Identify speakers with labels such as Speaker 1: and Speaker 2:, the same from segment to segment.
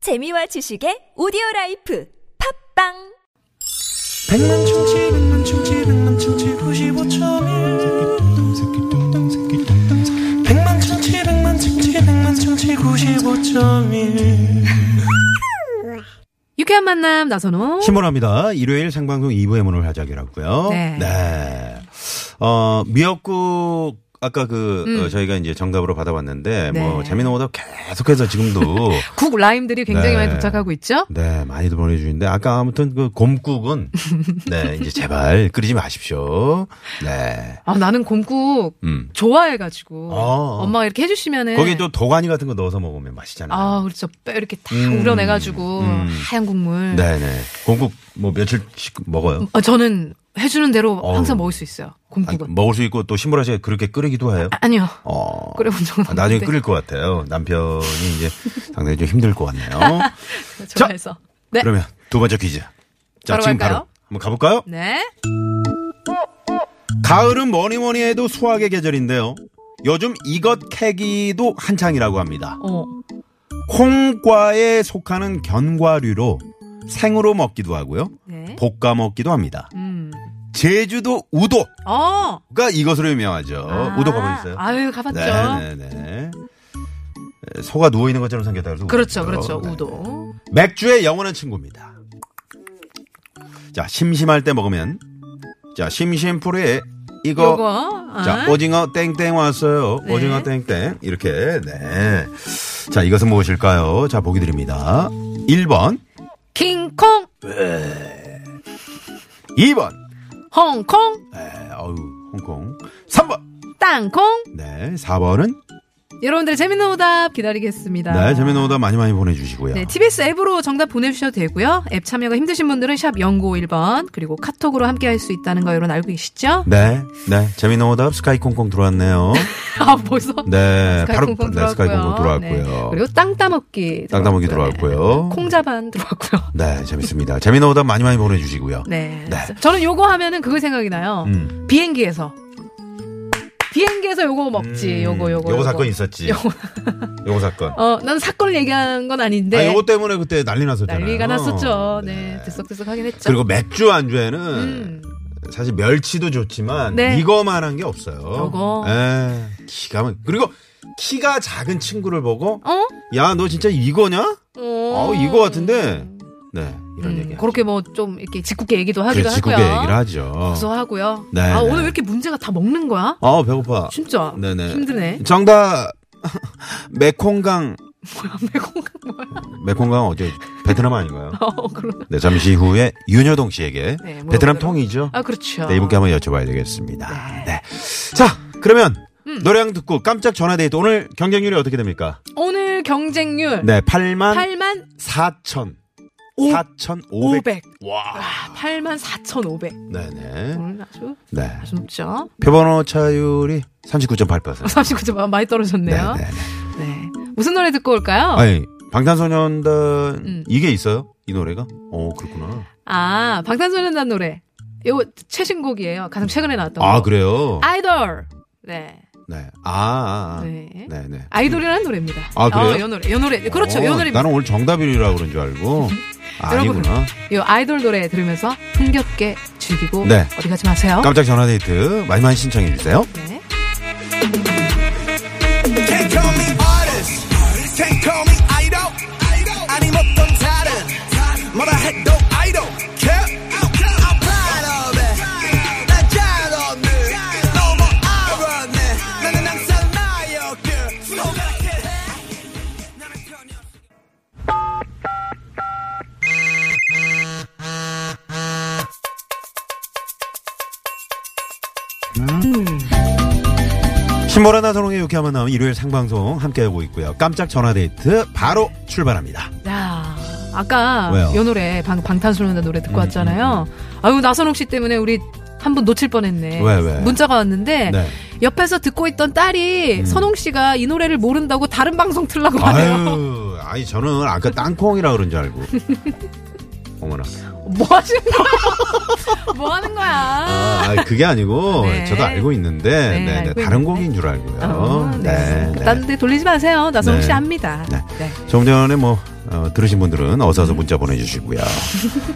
Speaker 1: 재미와 지식의 오디오 라이프 팝빵
Speaker 2: 백만 충치 백만 충치 백만 충치 95.1 백만 충치 백만 충치 백만 충치 95.1
Speaker 3: 유쾌한 만남 나선호.
Speaker 4: 신보라입니다. 일요일 생방송 2부의 문을 활짝이라고요.
Speaker 3: 네.
Speaker 4: 어, 미역국 아까 그
Speaker 3: 음.
Speaker 4: 어, 저희가 이제 정답으로 받아봤는데
Speaker 3: 네.
Speaker 4: 뭐 재미는 오답 계속해서 지금도
Speaker 3: 국 라임들이 굉장히
Speaker 4: 네.
Speaker 3: 많이 도착하고 있죠.
Speaker 4: 네 많이들 보내주는데 아까 아무튼 그 곰국은 네 이제 제발 끓이지 마십시오. 네.
Speaker 3: 아 나는 곰국
Speaker 4: 음.
Speaker 3: 좋아해가지고
Speaker 4: 어.
Speaker 3: 엄마가 이렇게 해주시면은
Speaker 4: 거기에 또 도가니 같은 거 넣어서 먹으면 맛있잖아요.
Speaker 3: 네. 아 그렇죠 뼈 이렇게 다
Speaker 4: 음.
Speaker 3: 우려내가지고
Speaker 4: 음.
Speaker 3: 하얀 국물.
Speaker 4: 네네. 곰국 뭐 며칠씩 먹어요.
Speaker 3: 어, 저는 해주는 대로
Speaker 4: 어우.
Speaker 3: 항상 먹을 수 있어요.
Speaker 4: 아니,
Speaker 3: 곰국은.
Speaker 4: 먹을 수 있고 또 신보라 씨가 그렇게 끓이기도 해요.
Speaker 3: 아, 니요
Speaker 4: 어.
Speaker 3: 끓여본 적은
Speaker 4: 아, 나중에
Speaker 3: 없는데.
Speaker 4: 끓일 것 같아요. 남편이 이제 상당히 좀 힘들 것 같네요.
Speaker 3: 좋아해서. 네.
Speaker 4: 그러면 두 번째 퀴즈. 자,
Speaker 3: 바로
Speaker 4: 지금
Speaker 3: 갈까요?
Speaker 4: 바로 한번 가볼까요?
Speaker 3: 네.
Speaker 4: 가을은 뭐니 뭐니 해도 수확의 계절인데요. 요즘 이것 캐기도 한창이라고 합니다.
Speaker 3: 어.
Speaker 4: 콩과에 속하는 견과류로 생으로 먹기도 하고요.
Speaker 3: 네.
Speaker 4: 볶아 먹기도 합니다.
Speaker 3: 음.
Speaker 4: 제주도 우도가
Speaker 3: 어.
Speaker 4: 이것으로 유명하죠.
Speaker 3: 아.
Speaker 4: 우도 가보셨어요?
Speaker 3: 아유 가봤죠.
Speaker 4: 네. 네네네. 소가 누워 있는 것처럼 생겼다 그래서
Speaker 3: 그렇죠, 그렇죠.
Speaker 4: 우도죠. 네.
Speaker 3: 우도.
Speaker 4: 맥주의 영원한 친구입니다. 자, 심심할 때 먹으면 자, 심심풀이에 이거
Speaker 3: 요거. 아.
Speaker 4: 자, 오징어 땡땡 왔어요.
Speaker 3: 네.
Speaker 4: 오징어 땡땡. 이렇게. 네. 자, 이것은 무엇일까요? 자, 보기 드립니다. 1번,
Speaker 3: 킹콩,
Speaker 4: 2번.
Speaker 3: 홍콩,
Speaker 4: 네, 어우, 홍콩. 3번.
Speaker 3: 땅콩.
Speaker 4: 네, 4번은
Speaker 3: 여러분들 재밌는 오답 기다리겠습니다.
Speaker 4: 네, 재미있는 오답 많이 많이 보내 주시고요.
Speaker 3: 네, TBS 앱으로 정답 보내주셔도 되고요. 앱 참여가 힘드신 분들은 샵 0951번 그리고 카톡으로 함께할 수 있다는 거 여러분 알고 계시죠?
Speaker 4: 네. 네, 재미있는 오답 스카이 콩콩 들어왔네요.
Speaker 3: 아 벌써
Speaker 4: 네,
Speaker 3: 스카이 콩콩
Speaker 4: 네, 스카이 콩콩
Speaker 3: 들어왔고요.
Speaker 4: 들어왔고요.
Speaker 3: 네, 그리고 땅 따먹기
Speaker 4: 땅 따먹기
Speaker 3: 들어왔고요.
Speaker 4: 들어왔고요.
Speaker 3: 네, 콩자반 들어왔고요.
Speaker 4: 네, 재밌습니다. 재미있는 오답 많이 많이 보내주시고요.
Speaker 3: 네.
Speaker 4: 네.
Speaker 3: 저는 요거 하면은 그거 생각이 나요.
Speaker 4: 음.
Speaker 3: 비행기에서 비행기에서 요거 먹지.
Speaker 4: 음,
Speaker 3: 요거 요거
Speaker 4: 요거 사건 있었지.
Speaker 3: 요거.
Speaker 4: 요거, 사건.
Speaker 3: 어난 사건 얘기한 건 아닌데
Speaker 4: 아, 요거 때문에 그때 난리 났었잖아요.
Speaker 3: 네.
Speaker 4: 어.
Speaker 3: 난리가 났었죠. 네. 들썩들썩 하긴 했죠.
Speaker 4: 그리고 맥주 안주에는
Speaker 3: 음.
Speaker 4: 사실 멸치도 좋지만
Speaker 3: 네.
Speaker 4: 이거만한 게 없어요.
Speaker 3: 저거.
Speaker 4: 예, 기가 막. 그리고 키가 작은 친구를 보고
Speaker 3: 어?
Speaker 4: 야 너 진짜 이거냐?
Speaker 3: 어,
Speaker 4: 어 이거 같은데. 네 이런 얘기.
Speaker 3: 그렇게 뭐 좀 이렇게 짓궂게 얘기도 하기도
Speaker 4: 그렇지 그게
Speaker 3: 하고요.
Speaker 4: 얘기를 하죠.
Speaker 3: 구수하고요.
Speaker 4: 네,
Speaker 3: 아
Speaker 4: 네.
Speaker 3: 오늘 왜 이렇게 문제가 다 먹는 거야?
Speaker 4: 아 배고파.
Speaker 3: 진짜
Speaker 4: 네네.
Speaker 3: 힘드네.
Speaker 4: 정답 메콩강
Speaker 3: 매공감 뭐야?
Speaker 4: 메콩강 어제 베트남 아닌가요?
Speaker 3: 어, 그런.
Speaker 4: 네, 잠시 후에 윤여동 씨에게
Speaker 3: 네, 물어보도록-
Speaker 4: 베트남 통이죠.
Speaker 3: 아 그렇죠.
Speaker 4: 네, 이분께 한번 여쭤봐야 되겠습니다. 네. 자, 그러면
Speaker 3: 음.
Speaker 4: 노래 한 듣고 깜짝 전화 데이트 오늘 경쟁률이 어떻게 됩니까?
Speaker 3: 오늘 경쟁률
Speaker 4: 네, 8만
Speaker 3: 8만
Speaker 4: 4천.
Speaker 3: 오- 500.
Speaker 4: 4,500. 와.
Speaker 3: 8만 4,500.
Speaker 4: 네네.
Speaker 3: 아, 오늘 아주
Speaker 4: 네.
Speaker 3: 아주 높죠.
Speaker 4: 표본오 차율이 39.8%.
Speaker 3: 39점 많이 떨어졌네요.
Speaker 4: 네네.
Speaker 3: 네. 무슨 노래 듣고 올까요?
Speaker 4: 아니, 방탄소년단
Speaker 3: 음.
Speaker 4: 이게 있어요? 이 노래가? 어, 그렇구나.
Speaker 3: 아, 방탄소년단 노래. 요거 최신곡이에요. 가장 최근에 나왔던 거.
Speaker 4: 아, 그래요?
Speaker 3: 아이돌. 네.
Speaker 4: 네. 아, 아, 아.
Speaker 3: 네.
Speaker 4: 네네.
Speaker 3: 아이돌이라는 노래입니다.
Speaker 4: 아, 그래요?
Speaker 3: 어, 요 노래. 요 노래. 그렇죠.
Speaker 4: 어,
Speaker 3: 요 노래입니다.
Speaker 4: 나는 오늘 정답이라고 그런 줄 알고. 아니구나.
Speaker 3: 여러분, 요 아이돌 노래 들으면서 흥겹게 즐기고
Speaker 4: 네.
Speaker 3: 어디 가지 마세요.
Speaker 4: 깜짝 전화 데이트 많이 많이 신청해 주세요.
Speaker 3: 네.
Speaker 2: Can't call me artist Can't call me idol 아니 못던 다른 뭐라 해도 idol Care I'm proud of it 나잘 없네 너무 알았네 나는 항상 나였게 소각해
Speaker 4: 신보라 나선홍의 유쾌한 만남 일요일 생방송 함께하고 있고요. 깜짝 전화데이트 바로 출발합니다.
Speaker 3: 야, 아까
Speaker 4: 왜요? 음,
Speaker 3: 요 노래 방, 방탄소년단 노래 듣고 왔잖아요. 아유 나선홍 씨 때문에 우리 한 분 놓칠 뻔했네.
Speaker 4: 왜, 왜?
Speaker 3: 문자가 왔는데
Speaker 4: 네. 음.
Speaker 3: 옆에서 듣고 있던 딸이 선홍 씨가 이 노래를 모른다고 다른 방송 틀라고 하네요.
Speaker 4: 아유, 아니 저는 아까 땅콩이라 그런 줄 알고. 어머나.
Speaker 3: 뭐 하시는 거야? 뭐 하는 거야?
Speaker 4: 아, 아니, 그게 아니고
Speaker 3: 네.
Speaker 4: 저도 알고 있는데
Speaker 3: 네,
Speaker 4: 네, 네,
Speaker 3: 알고
Speaker 4: 다른
Speaker 3: 있는데.
Speaker 4: 곡인 줄 알고요.
Speaker 3: 어, 네.
Speaker 4: 아, 네, 네.
Speaker 3: 딴데 돌리지 마세요. 나선홍 씨
Speaker 4: 네.
Speaker 3: 압니다.
Speaker 4: 네.
Speaker 3: 네.
Speaker 4: 좀 전에 뭐 어, 들으신 분들은 어서 어서 문자 보내주시고요.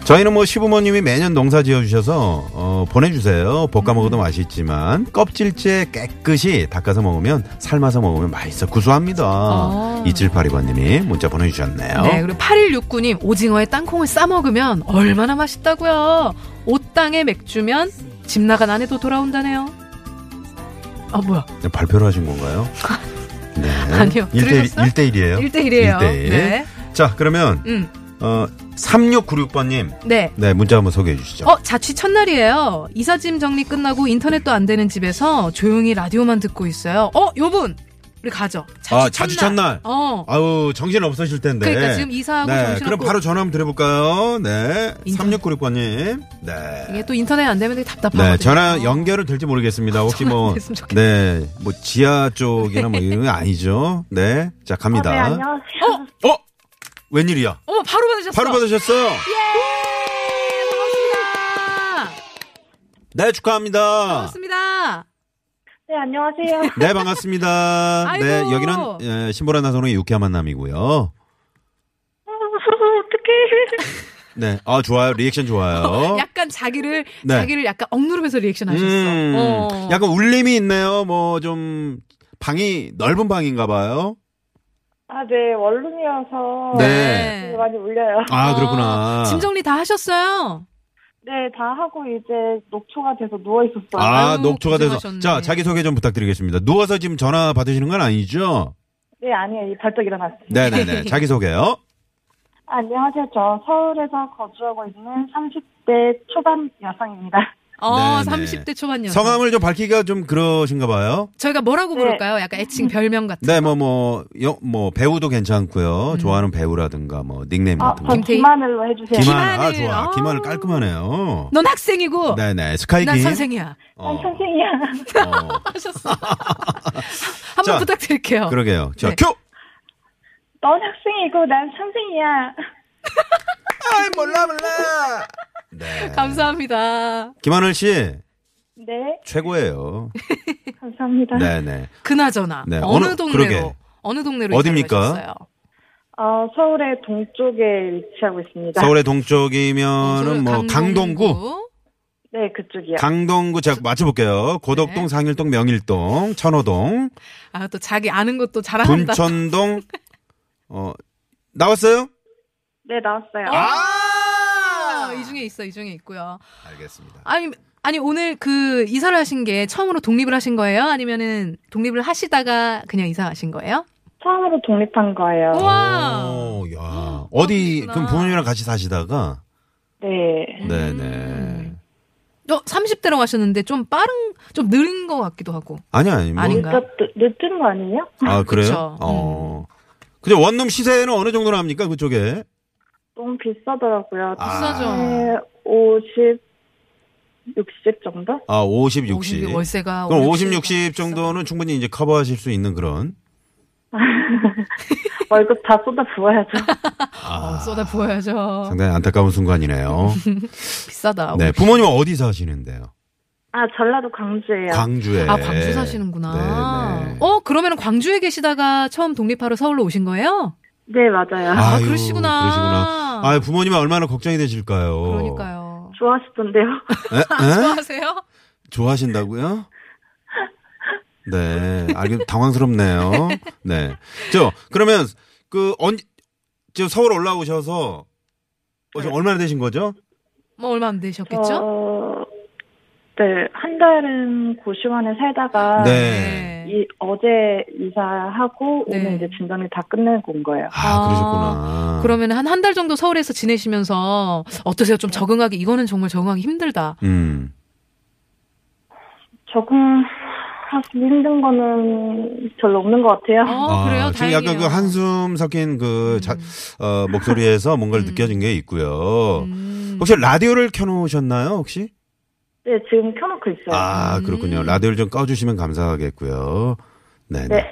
Speaker 4: 저희는 뭐 시부모님이 매년 농사 지어주셔서 어, 보내주세요.
Speaker 3: 음.
Speaker 4: 볶아 먹어도 맛있지만 껍질째 깨끗이 닦아서 먹으면 삶아서 먹으면 맛있어 구수합니다.
Speaker 3: 아.
Speaker 4: 2782번님이 문자 보내주셨네요.
Speaker 3: 네, 그리고 8169님, 오징어에 땅콩을 싸먹으면 얼마나 맛있다고요. 옷땅에 맥주면 집 나간 아내도 돌아온다네요. 아, 뭐야.
Speaker 4: 발표를 하신 건가요? 네.
Speaker 3: 아니요.
Speaker 4: 1대1,
Speaker 3: 들으셨어요?
Speaker 4: 1대1이에요.
Speaker 3: 1대1이에요.
Speaker 4: 1대1.
Speaker 3: 네.
Speaker 4: 자, 그러면,
Speaker 3: 음,
Speaker 4: 어, 3696번님.
Speaker 3: 네.
Speaker 4: 네, 문자 한번 소개해 주시죠.
Speaker 3: 어, 자취 첫날이에요. 이삿짐 정리 끝나고 인터넷도 안 되는 집에서 조용히 라디오만 듣고 있어요. 어, 요분! 우리 가죠. 자취
Speaker 4: 아, 자취 첫날.
Speaker 3: 어.
Speaker 4: 아우, 정신 없으실 텐데.
Speaker 3: 그러니까 지금 이사하고
Speaker 4: 네,
Speaker 3: 정신없고.
Speaker 4: 그럼 바로 전화 한번 드려볼까요? 네.
Speaker 3: 인터-
Speaker 4: 3696번님. 네.
Speaker 3: 이게 또 인터넷 안 되면 되게 답답하거든요. 아,
Speaker 4: 네, 전화 연결은 될지 모르겠습니다. 혹시
Speaker 3: 전화
Speaker 4: 뭐,
Speaker 3: 안 됐으면 좋겠다. 네.
Speaker 4: 네, 뭐, 지하 쪽이나 뭐, 이런 거 아니죠? 네. 자, 갑니다.
Speaker 5: 네, 안녕하세요.
Speaker 4: 어? 웬일이야?
Speaker 3: 어머, 바로 받으셨어. 예,
Speaker 4: 바로 받으셨어요?
Speaker 3: 반갑습니다.
Speaker 4: 네, 축하합니다.
Speaker 3: 반갑습니다.
Speaker 4: 어?
Speaker 5: 네, 안녕하세요.
Speaker 4: 네, 반갑습니다. 네,
Speaker 3: 아이고.
Speaker 4: 여기는 예, 신보라 나선홍의 유쾌한 만남이고요.
Speaker 5: 어떡해.
Speaker 4: 네, 아 좋아요. 리액션 좋아요.
Speaker 3: 어, 약간 자기를
Speaker 4: 네.
Speaker 3: 자기를 약간 억누르면서 리액션 하셨어.
Speaker 4: 음,
Speaker 3: 어.
Speaker 4: 약간 울림이 있네요. 뭐 좀 방이 넓은 방인가 봐요.
Speaker 5: 아, 네, 원룸이어서.
Speaker 4: 네.
Speaker 5: 되게 많이 울려요.
Speaker 4: 아
Speaker 3: 어.
Speaker 4: 그렇구나.
Speaker 3: 짐 정리 다 하셨어요?
Speaker 5: 네, 다 하고 이제 녹초가 돼서 누워있었어요.
Speaker 4: 아
Speaker 3: 아유,
Speaker 4: 녹초가 돼서
Speaker 3: 고생하셨네.
Speaker 4: 자 자기 소개 좀 부탁드리겠습니다. 누워서 지금 전화 받으시는 건 아니죠?
Speaker 5: 네, 아니에요. 이 발떡 일어났어요.
Speaker 4: 네네네. 자기 소개요.
Speaker 5: 아, 안녕하세요. 저 서울에서 거주하고 있는 30대 초반 여성입니다.
Speaker 3: 어,
Speaker 4: 네, 네.
Speaker 3: 30대 초반 여성.
Speaker 4: 성함을 좀 밝히기가 좀 그러신가 봐요.
Speaker 3: 저희가 뭐라고
Speaker 5: 네.
Speaker 3: 부를까요? 약간 애칭 별명 같은.
Speaker 4: 네, 뭐, 뭐, 여, 뭐, 배우도 괜찮고요.
Speaker 3: 음.
Speaker 4: 좋아하는 배우라든가, 뭐, 닉네임
Speaker 5: 아,
Speaker 4: 같은 거.
Speaker 5: 전
Speaker 3: 김태희?
Speaker 5: 김하늘로 해주세요.
Speaker 4: 기만, 아,
Speaker 3: 어, 기만을,
Speaker 4: 좋아.
Speaker 3: 어.
Speaker 4: 기만을 깔끔하네요.
Speaker 3: 넌 학생이고
Speaker 4: 네네, 스카이
Speaker 3: 난
Speaker 4: 김.
Speaker 3: 선생이야.
Speaker 5: 아,
Speaker 4: 어,
Speaker 5: 선생이야.
Speaker 4: 어,
Speaker 3: 하셨어. 한번
Speaker 4: 자,
Speaker 3: 부탁드릴게요.
Speaker 4: 어, 그러게요. 자,
Speaker 3: 네.
Speaker 4: 큐!
Speaker 5: 넌 학생이고 난 선생이야.
Speaker 4: 아이, 몰라, 몰라! 네.
Speaker 3: 감사합니다.
Speaker 4: 김하늘 씨,
Speaker 5: 네,
Speaker 4: 최고예요.
Speaker 5: 감사합니다.
Speaker 4: 네네.
Speaker 3: 그나저나
Speaker 4: 네,
Speaker 3: 어느,
Speaker 4: 어느-
Speaker 3: 동네로
Speaker 4: 그러게.
Speaker 3: 어느 동네로
Speaker 4: 어딥니까?
Speaker 3: 이사를 가셨어요?
Speaker 5: 어, 서울의 동쪽에 위치하고 있습니다.
Speaker 3: 네,
Speaker 4: 서울의 동쪽이면은
Speaker 3: 그
Speaker 4: 뭐, 강동구.
Speaker 5: 네, 그쪽이요.
Speaker 4: 강동구 제가 맞춰볼게요. 고덕동,
Speaker 3: 네.
Speaker 4: 상일동, 명일동, 천호동,
Speaker 3: 아 또 자기 아는 것도 자랑한다.
Speaker 4: 분천동, 어, 나왔어요?
Speaker 5: 네, 나왔어요.
Speaker 4: 아!
Speaker 3: 이 중에 있어 이 중에 있고요.
Speaker 4: 알겠습니다.
Speaker 3: 아니 아니 오늘 그 이사를 하신 게 처음으로 독립을 하신 거예요? 아니면은 독립을 하시다가 그냥 이사하신 거예요?
Speaker 5: 처음으로 독립한 거예요.
Speaker 3: 우와.
Speaker 4: 오, 야.
Speaker 3: 어,
Speaker 4: 어디,
Speaker 3: 그렇구나. 음.
Speaker 4: 그럼 부모님이랑 같이 사시다가?
Speaker 5: 네.
Speaker 4: 네네.
Speaker 3: 어 30대로 가셨는데 좀 빠른 좀 느린 것 같기도 하고.
Speaker 4: 아니, 아니, 뭐.
Speaker 3: 아닌가?
Speaker 5: 그러니까 늦- 늦은 거 아니에요?
Speaker 4: 아, 그래요?
Speaker 3: 그쵸. 음.
Speaker 4: 어. 근데 원룸 시세는 어느 정도나 합니까? 그쪽에?
Speaker 5: 너무 비싸더라고요.
Speaker 4: 아.
Speaker 3: 비싸죠.
Speaker 5: 네, 50, 60 정도?
Speaker 4: 아, 50, 60.
Speaker 3: 50 월세가
Speaker 4: 그럼 50,
Speaker 3: 60,
Speaker 4: 60 정도는 충분히 이제 커버하실 수 있는 그런.
Speaker 5: 월급 다 쏟아 부어야죠.
Speaker 3: 어,
Speaker 4: 아,
Speaker 3: 쏟아 부어야죠.
Speaker 4: 상당히 안타까운 순간이네요.
Speaker 3: 비싸다.
Speaker 4: 네. 부모님은 어디 사시는데요?
Speaker 5: 아, 전라도 광주예요.
Speaker 4: 광주에.
Speaker 3: 아 광주 사시는구나.
Speaker 4: 네. 네네.
Speaker 3: 어 그러면 광주에 계시다가 처음 독립하러 서울로 오신 거예요?
Speaker 5: 네, 맞아요.
Speaker 4: 아, 아유,
Speaker 3: 그러시구나.
Speaker 4: 그러시구나. 아, 부모님은 얼마나 걱정이 되실까요?
Speaker 3: 어. 그러니까요.
Speaker 5: 좋아하시던데요.
Speaker 4: 에? 에?
Speaker 3: 좋아하세요?
Speaker 4: 좋아하신다고요? 네, 알겠 당황스럽네요. 네, 저 그러면 그 언제 지금 서울 올라오셔서 어, 지금 얼마나 되신 거죠?
Speaker 3: 뭐 얼마 안 되셨겠죠?
Speaker 5: 어, 네, 한 달은 고시원에 살다가
Speaker 4: 네.
Speaker 5: 이, 어제 이사하고
Speaker 3: 네.
Speaker 5: 오늘 이제 진정이 다 끝내고 온 거예요.
Speaker 4: 아,
Speaker 3: 아,
Speaker 4: 그러셨구나.
Speaker 3: 그러면 한 한 달 정도 서울에서 지내시면서 어떠세요? 좀 적응하기 이거는 정말 적응하기 힘들다.
Speaker 4: 음,
Speaker 5: 적응하기 힘든 거는 별로 없는 것 같아요.
Speaker 3: 어 그래요?
Speaker 4: 지금
Speaker 3: 다행이에요. 음.
Speaker 4: 약간 그 한숨 섞인 그 자, 어, 목소리에서 뭔가를 느껴진 게 있고요.
Speaker 3: 음.
Speaker 4: 혹시 라디오를 켜놓으셨나요, 혹시?
Speaker 5: 네, 지금 켜놓고 있어요.
Speaker 3: 음.
Speaker 4: 아, 그렇군요. 라디오를 좀 꺼주시면 감사하겠고요. 네네.
Speaker 5: 네.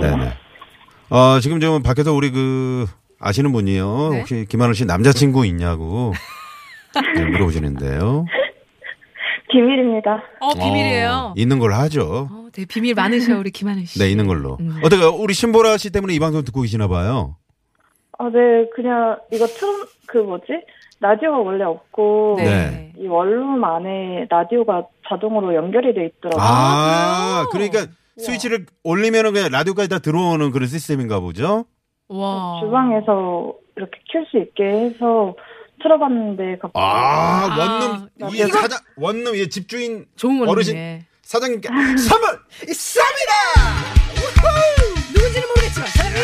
Speaker 4: 네네. 어, 지금 좀 밖에서 우리 그 아시는 분이요.
Speaker 3: 네?
Speaker 4: 혹시 김하늘 씨 남자친구 있냐고 네, 물어보시는데요.
Speaker 5: 비밀입니다.
Speaker 3: 어 비밀이에요.
Speaker 4: 어, 있는 걸로 하죠.
Speaker 3: 어, 되게 비밀 많으셔 우리 김하늘 씨.
Speaker 4: 네, 있는 걸로. 어떻게 우리 신보라 씨 때문에 이 방송 듣고 계시나 봐요.
Speaker 5: 아, 네, 그냥 이거 트럼 그 뭐지 라디오가 원래 없고
Speaker 4: 네.
Speaker 5: 이 원룸 안에 라디오가 자동으로 연결이 돼 있더라고요.
Speaker 4: 아,
Speaker 3: 아, 그래요?
Speaker 4: 그러니까 스위치를 올리면은 그냥 라디오까지 다 들어오는 그런 시스템인가 보죠? 아.
Speaker 3: 와.
Speaker 5: 주방에서 이렇게 켤 수 있게 해서 틀어봤는데 갑자기
Speaker 4: 아,
Speaker 3: 아,
Speaker 4: 원룸, 이
Speaker 3: 이거-
Speaker 4: 사장, 원룸, 예, 집주인,
Speaker 3: 좋은 원룸이네.
Speaker 4: 어르신, 사장님께 선물! 있습니다!
Speaker 3: 누군지는 모르겠지만 사장님.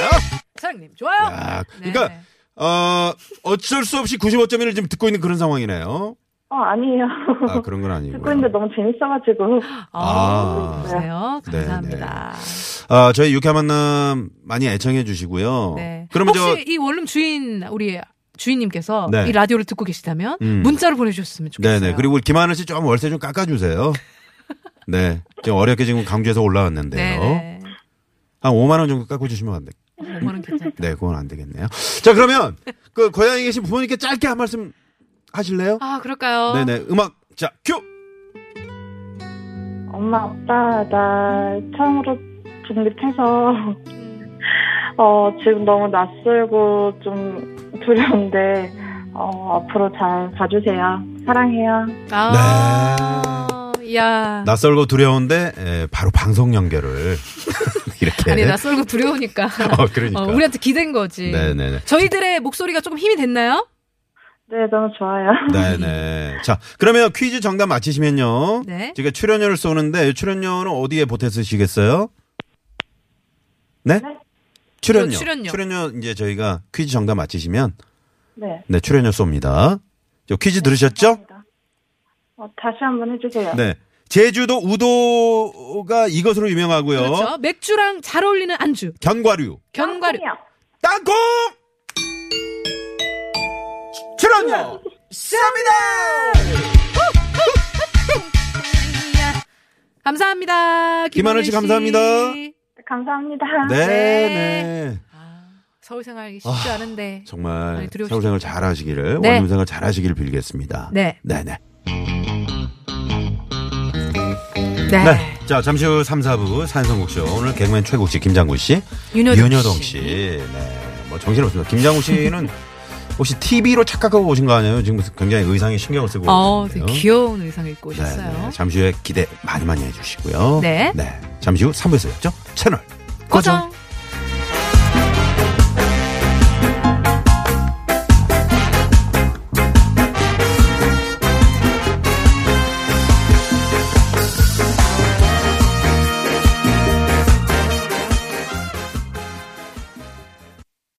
Speaker 3: 사장님 좋아요.
Speaker 4: 야,
Speaker 3: 네.
Speaker 4: 그러니까, 어, 어쩔 수 없이 95.1을 지금 듣고 있는 그런 상황이네요.
Speaker 5: 어 아니에요.
Speaker 4: 아, 그런 건 아니고.
Speaker 5: 듣고 있는데 너무 재밌어가지고
Speaker 4: 아.
Speaker 3: 아, 보세요.
Speaker 4: 네,
Speaker 3: 감사합니다.
Speaker 4: 아, 저희 유쾌한 만남 많이 애청해 주시고요.
Speaker 3: 네.
Speaker 4: 어. 그러면
Speaker 3: 혹시
Speaker 4: 저,
Speaker 3: 이 원룸 주인 우리 주인님께서
Speaker 4: 네.
Speaker 3: 이 라디오를 듣고 계시다면
Speaker 4: 음.
Speaker 3: 문자로 보내주셨으면 좋겠어요.
Speaker 4: 네네. 그리고 김하늘 씨 좀 월세 좀 깎아주세요. 네. 지금 어렵게 지금 강주에서 올라왔는데요.
Speaker 3: 네네.
Speaker 4: 한 5만원 정도 깎아주시면 안 돼.
Speaker 3: 그거는 괜찮다.
Speaker 4: 네, 그건 안 되겠네요. 자, 그러면 그 고향에 계신 부모님께 짧게 한 말씀 하실래요?
Speaker 3: 아 그럴까요?
Speaker 4: 네네. 음악, 자, 큐!
Speaker 5: 엄마 아빠 나 처음으로 독립해서 어 지금 너무 낯설고 좀 두려운데 어 앞으로 잘 봐주세요. 사랑해요.
Speaker 3: 아,
Speaker 4: 네.
Speaker 3: 야.
Speaker 4: 낯설고 두려운데, 에, 바로 방송 연결을. 이렇게.
Speaker 3: 아니 낯설고 두려우니까.
Speaker 4: 어, 그러니까.
Speaker 3: 어, 우리한테 기댄 거지.
Speaker 4: 네네네.
Speaker 3: 저희들의 목소리가 조금 힘이 됐나요?
Speaker 5: 네 너무 좋아요.
Speaker 4: 네네. 자, 그러면 퀴즈 정답 맞히시면요.
Speaker 3: 네.
Speaker 4: 제가 출연료를 쏘는데, 이 출연료는 어디에 보태 쓰시겠어요? 네? 출연료.
Speaker 3: 저 출연료.
Speaker 4: 이제 저희가 퀴즈 정답 맞히시면,
Speaker 5: 네.
Speaker 4: 네, 출연료 쏩니다. 저 퀴즈 들으셨죠?
Speaker 5: 감사합니다. 어, 다시 한번 해주세요.
Speaker 4: 네. 제주도 우도가 이것으로 유명하고요.
Speaker 3: 그렇죠. 맥주랑 잘 어울리는 안주.
Speaker 4: 견과류,
Speaker 3: 견과류.
Speaker 5: 땅콩이요.
Speaker 4: 땅콩! 출연료! 쌉니다!
Speaker 3: 감사합니다.
Speaker 4: 김하늘 씨, 감사합니다.
Speaker 5: 감사합니다.
Speaker 4: 네,
Speaker 3: 네.
Speaker 4: 네.
Speaker 3: 서울 생활이 쉽지
Speaker 4: 아,
Speaker 3: 않은데.
Speaker 4: 정말
Speaker 3: 많이 두려우시죠?
Speaker 4: 서울생활 잘하시기를,
Speaker 3: 네.
Speaker 4: 원룸생활 잘하시길 빌겠습니다.
Speaker 3: 네.
Speaker 4: 네네.
Speaker 3: 네.
Speaker 4: 네. 자, 잠시 후 3, 4부 산성국쇼. 오늘 개그맨 최국씨, 김장구 씨,
Speaker 3: 윤여동
Speaker 4: 윤여동
Speaker 3: 씨.
Speaker 4: 씨. 네. 뭐 정신없습니다. 김장구 씨는 혹시 TV로 착각하고 오신 거 아니에요? 지금 굉장히 의상에 신경을 쓰고
Speaker 3: 어,
Speaker 4: 오셨는데요.
Speaker 3: 되게 귀여운 의상을 입고
Speaker 4: 네, 네.
Speaker 3: 오셨어요.
Speaker 4: 잠시 후에 기대 많이 많이 해주시고요.
Speaker 3: 네.
Speaker 4: 잠시 후 3부에서 뵙죠. 채널
Speaker 3: 고정.
Speaker 4: 고정.